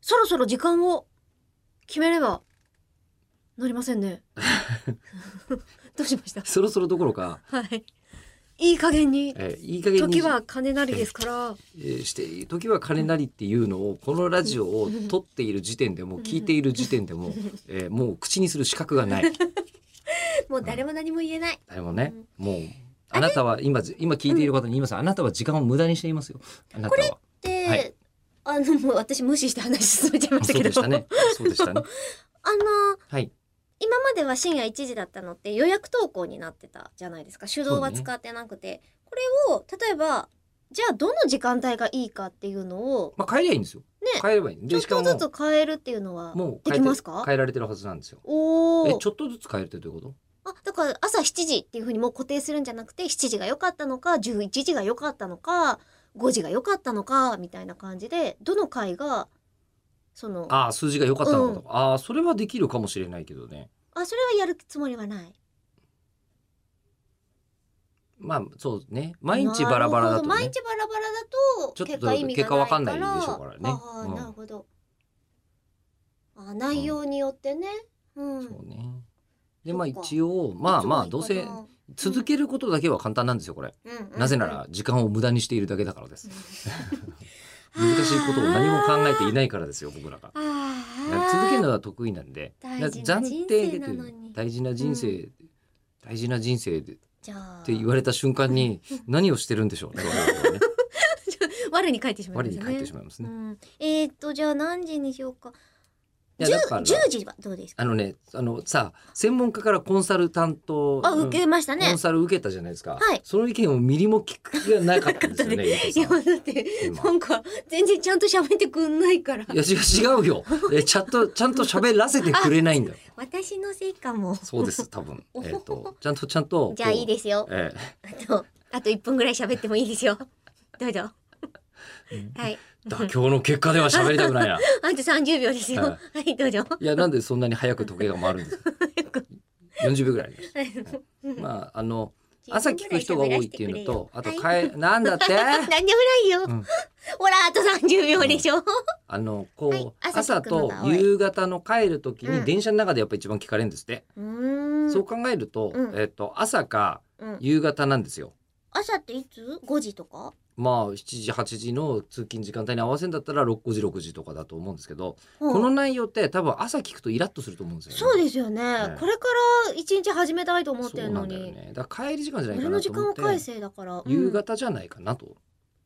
そろそろ時間を決めればなりませんね。 どうしましたそろそろどころか、はい。いい加減に、えーいい加減に時は金なりですから、えーして時は金なりっていうのをこのラジオを撮っている時点でも聞いている時点 でも、えーもう口にする資格がないもう誰も何も言えない。誰もねもうあなたは今今聞いている方に言いますあなたは時間を無駄にしていますよあなたはで、はいあの、もう私無視して話進めちゃいまあしたそうけでど。したねそうでしたね あの、はい今までは深夜1時だったのって予約投稿になってたじゃないですか。手動は使ってなくて。これを、例えば、じゃあどの時間帯がいいかっていうのを、まあ変えりゃいいんですよ、ね変えればいいちょでっしかともずつ変えるっていうのはもうで変えきてますか変えられてるはずなんですよおえおちょ。っとずつ変えるってどういうこあ、だから朝7時っていうふうにもう固定するんじゃなくて、7時が良かったのか、11時が良かったのか、5時が良かったのか、みたいな感じで、どの回が、その、とあああ数字が良かったのかとか、ああそれはできるかもしれないけどねそれはやるつもりはない。まあそうね毎日バラバラだなるほとど毎ね日バラバラだちと、ょっと結果意味がないから。結果わかんないでしょうからねああ、うんなるほど。あ内容によってね。うん。そうねそでっかまあ一応まあまあどういせつもいいかな続けることだけは簡単なんですよこれ、うんうんなぜなら時間を無駄にしているだけだからですうん難しいことを何も考えていないからですよ僕らがあーあー続けるのは得意なんで大事な人生なのに大事な人生、大事な人生でっじゃあて言われた瞬間に何をしてるんでしょうね我 々はね我に返ってしまい我ますにね。返ってしまいますね。うん、えー、っとじゃあ何時にしようか。い十やだから十時はどうですか。あのねあのさ専門家からコンサル担当あ受けましたコねン。サル受けたじゃないですか、はいその意見をミリも聞く気がなかったんです よねゆうこいさんやだって今なんか全然ちゃんと喋ってくんないからい。や違う違 うよえちゃんとちゃんと喋らせてくれないんだよ私のせいかも。そうです 多分えっ、とちゃんとちゃんとじゃあいいですすよ。えあとあと一分ぐらい喋ってもいいですよ。どうぞ。はい。え妥協の結果では喋りたく ないなあと三十秒ですよ。は、はいどうぞ。 いやなんでそんなに早く時計が回るんですか40秒ぐらいありますまああの朝聞く人が多いっていうのとあとはいかえなんだってなんでもないよ。うんほらあと三十秒でしょ。あのこう、はい朝朝聞くのとが多い夕方の帰る時うんに電車の中でやっぱ一番聞かれるんですって、うーん。そう考えると、うんえっと朝かうん。夕方なんですよ朝っていつ？五時とか？まあ7時8時の通勤時間帯に合わせるんだったら6時6時とかだと思うんですけど、ここの内容って多分朝聞くとイラッとすると思うんですよねそうですよね、ねこれから一日始めたいと思ってそるうなのんだよに、ねだから帰り時間じゃない俺かのな時と間思をって返せだから、うん夕方じゃないかなと、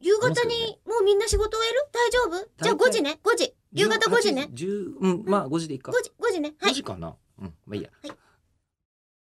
夕方にもうみんな仕事終える大丈夫じゃあ大体5時ね5時夕方5時ね10うんまあ5時でいいか5時5時ねは5い時かな、うんまあいいや、はい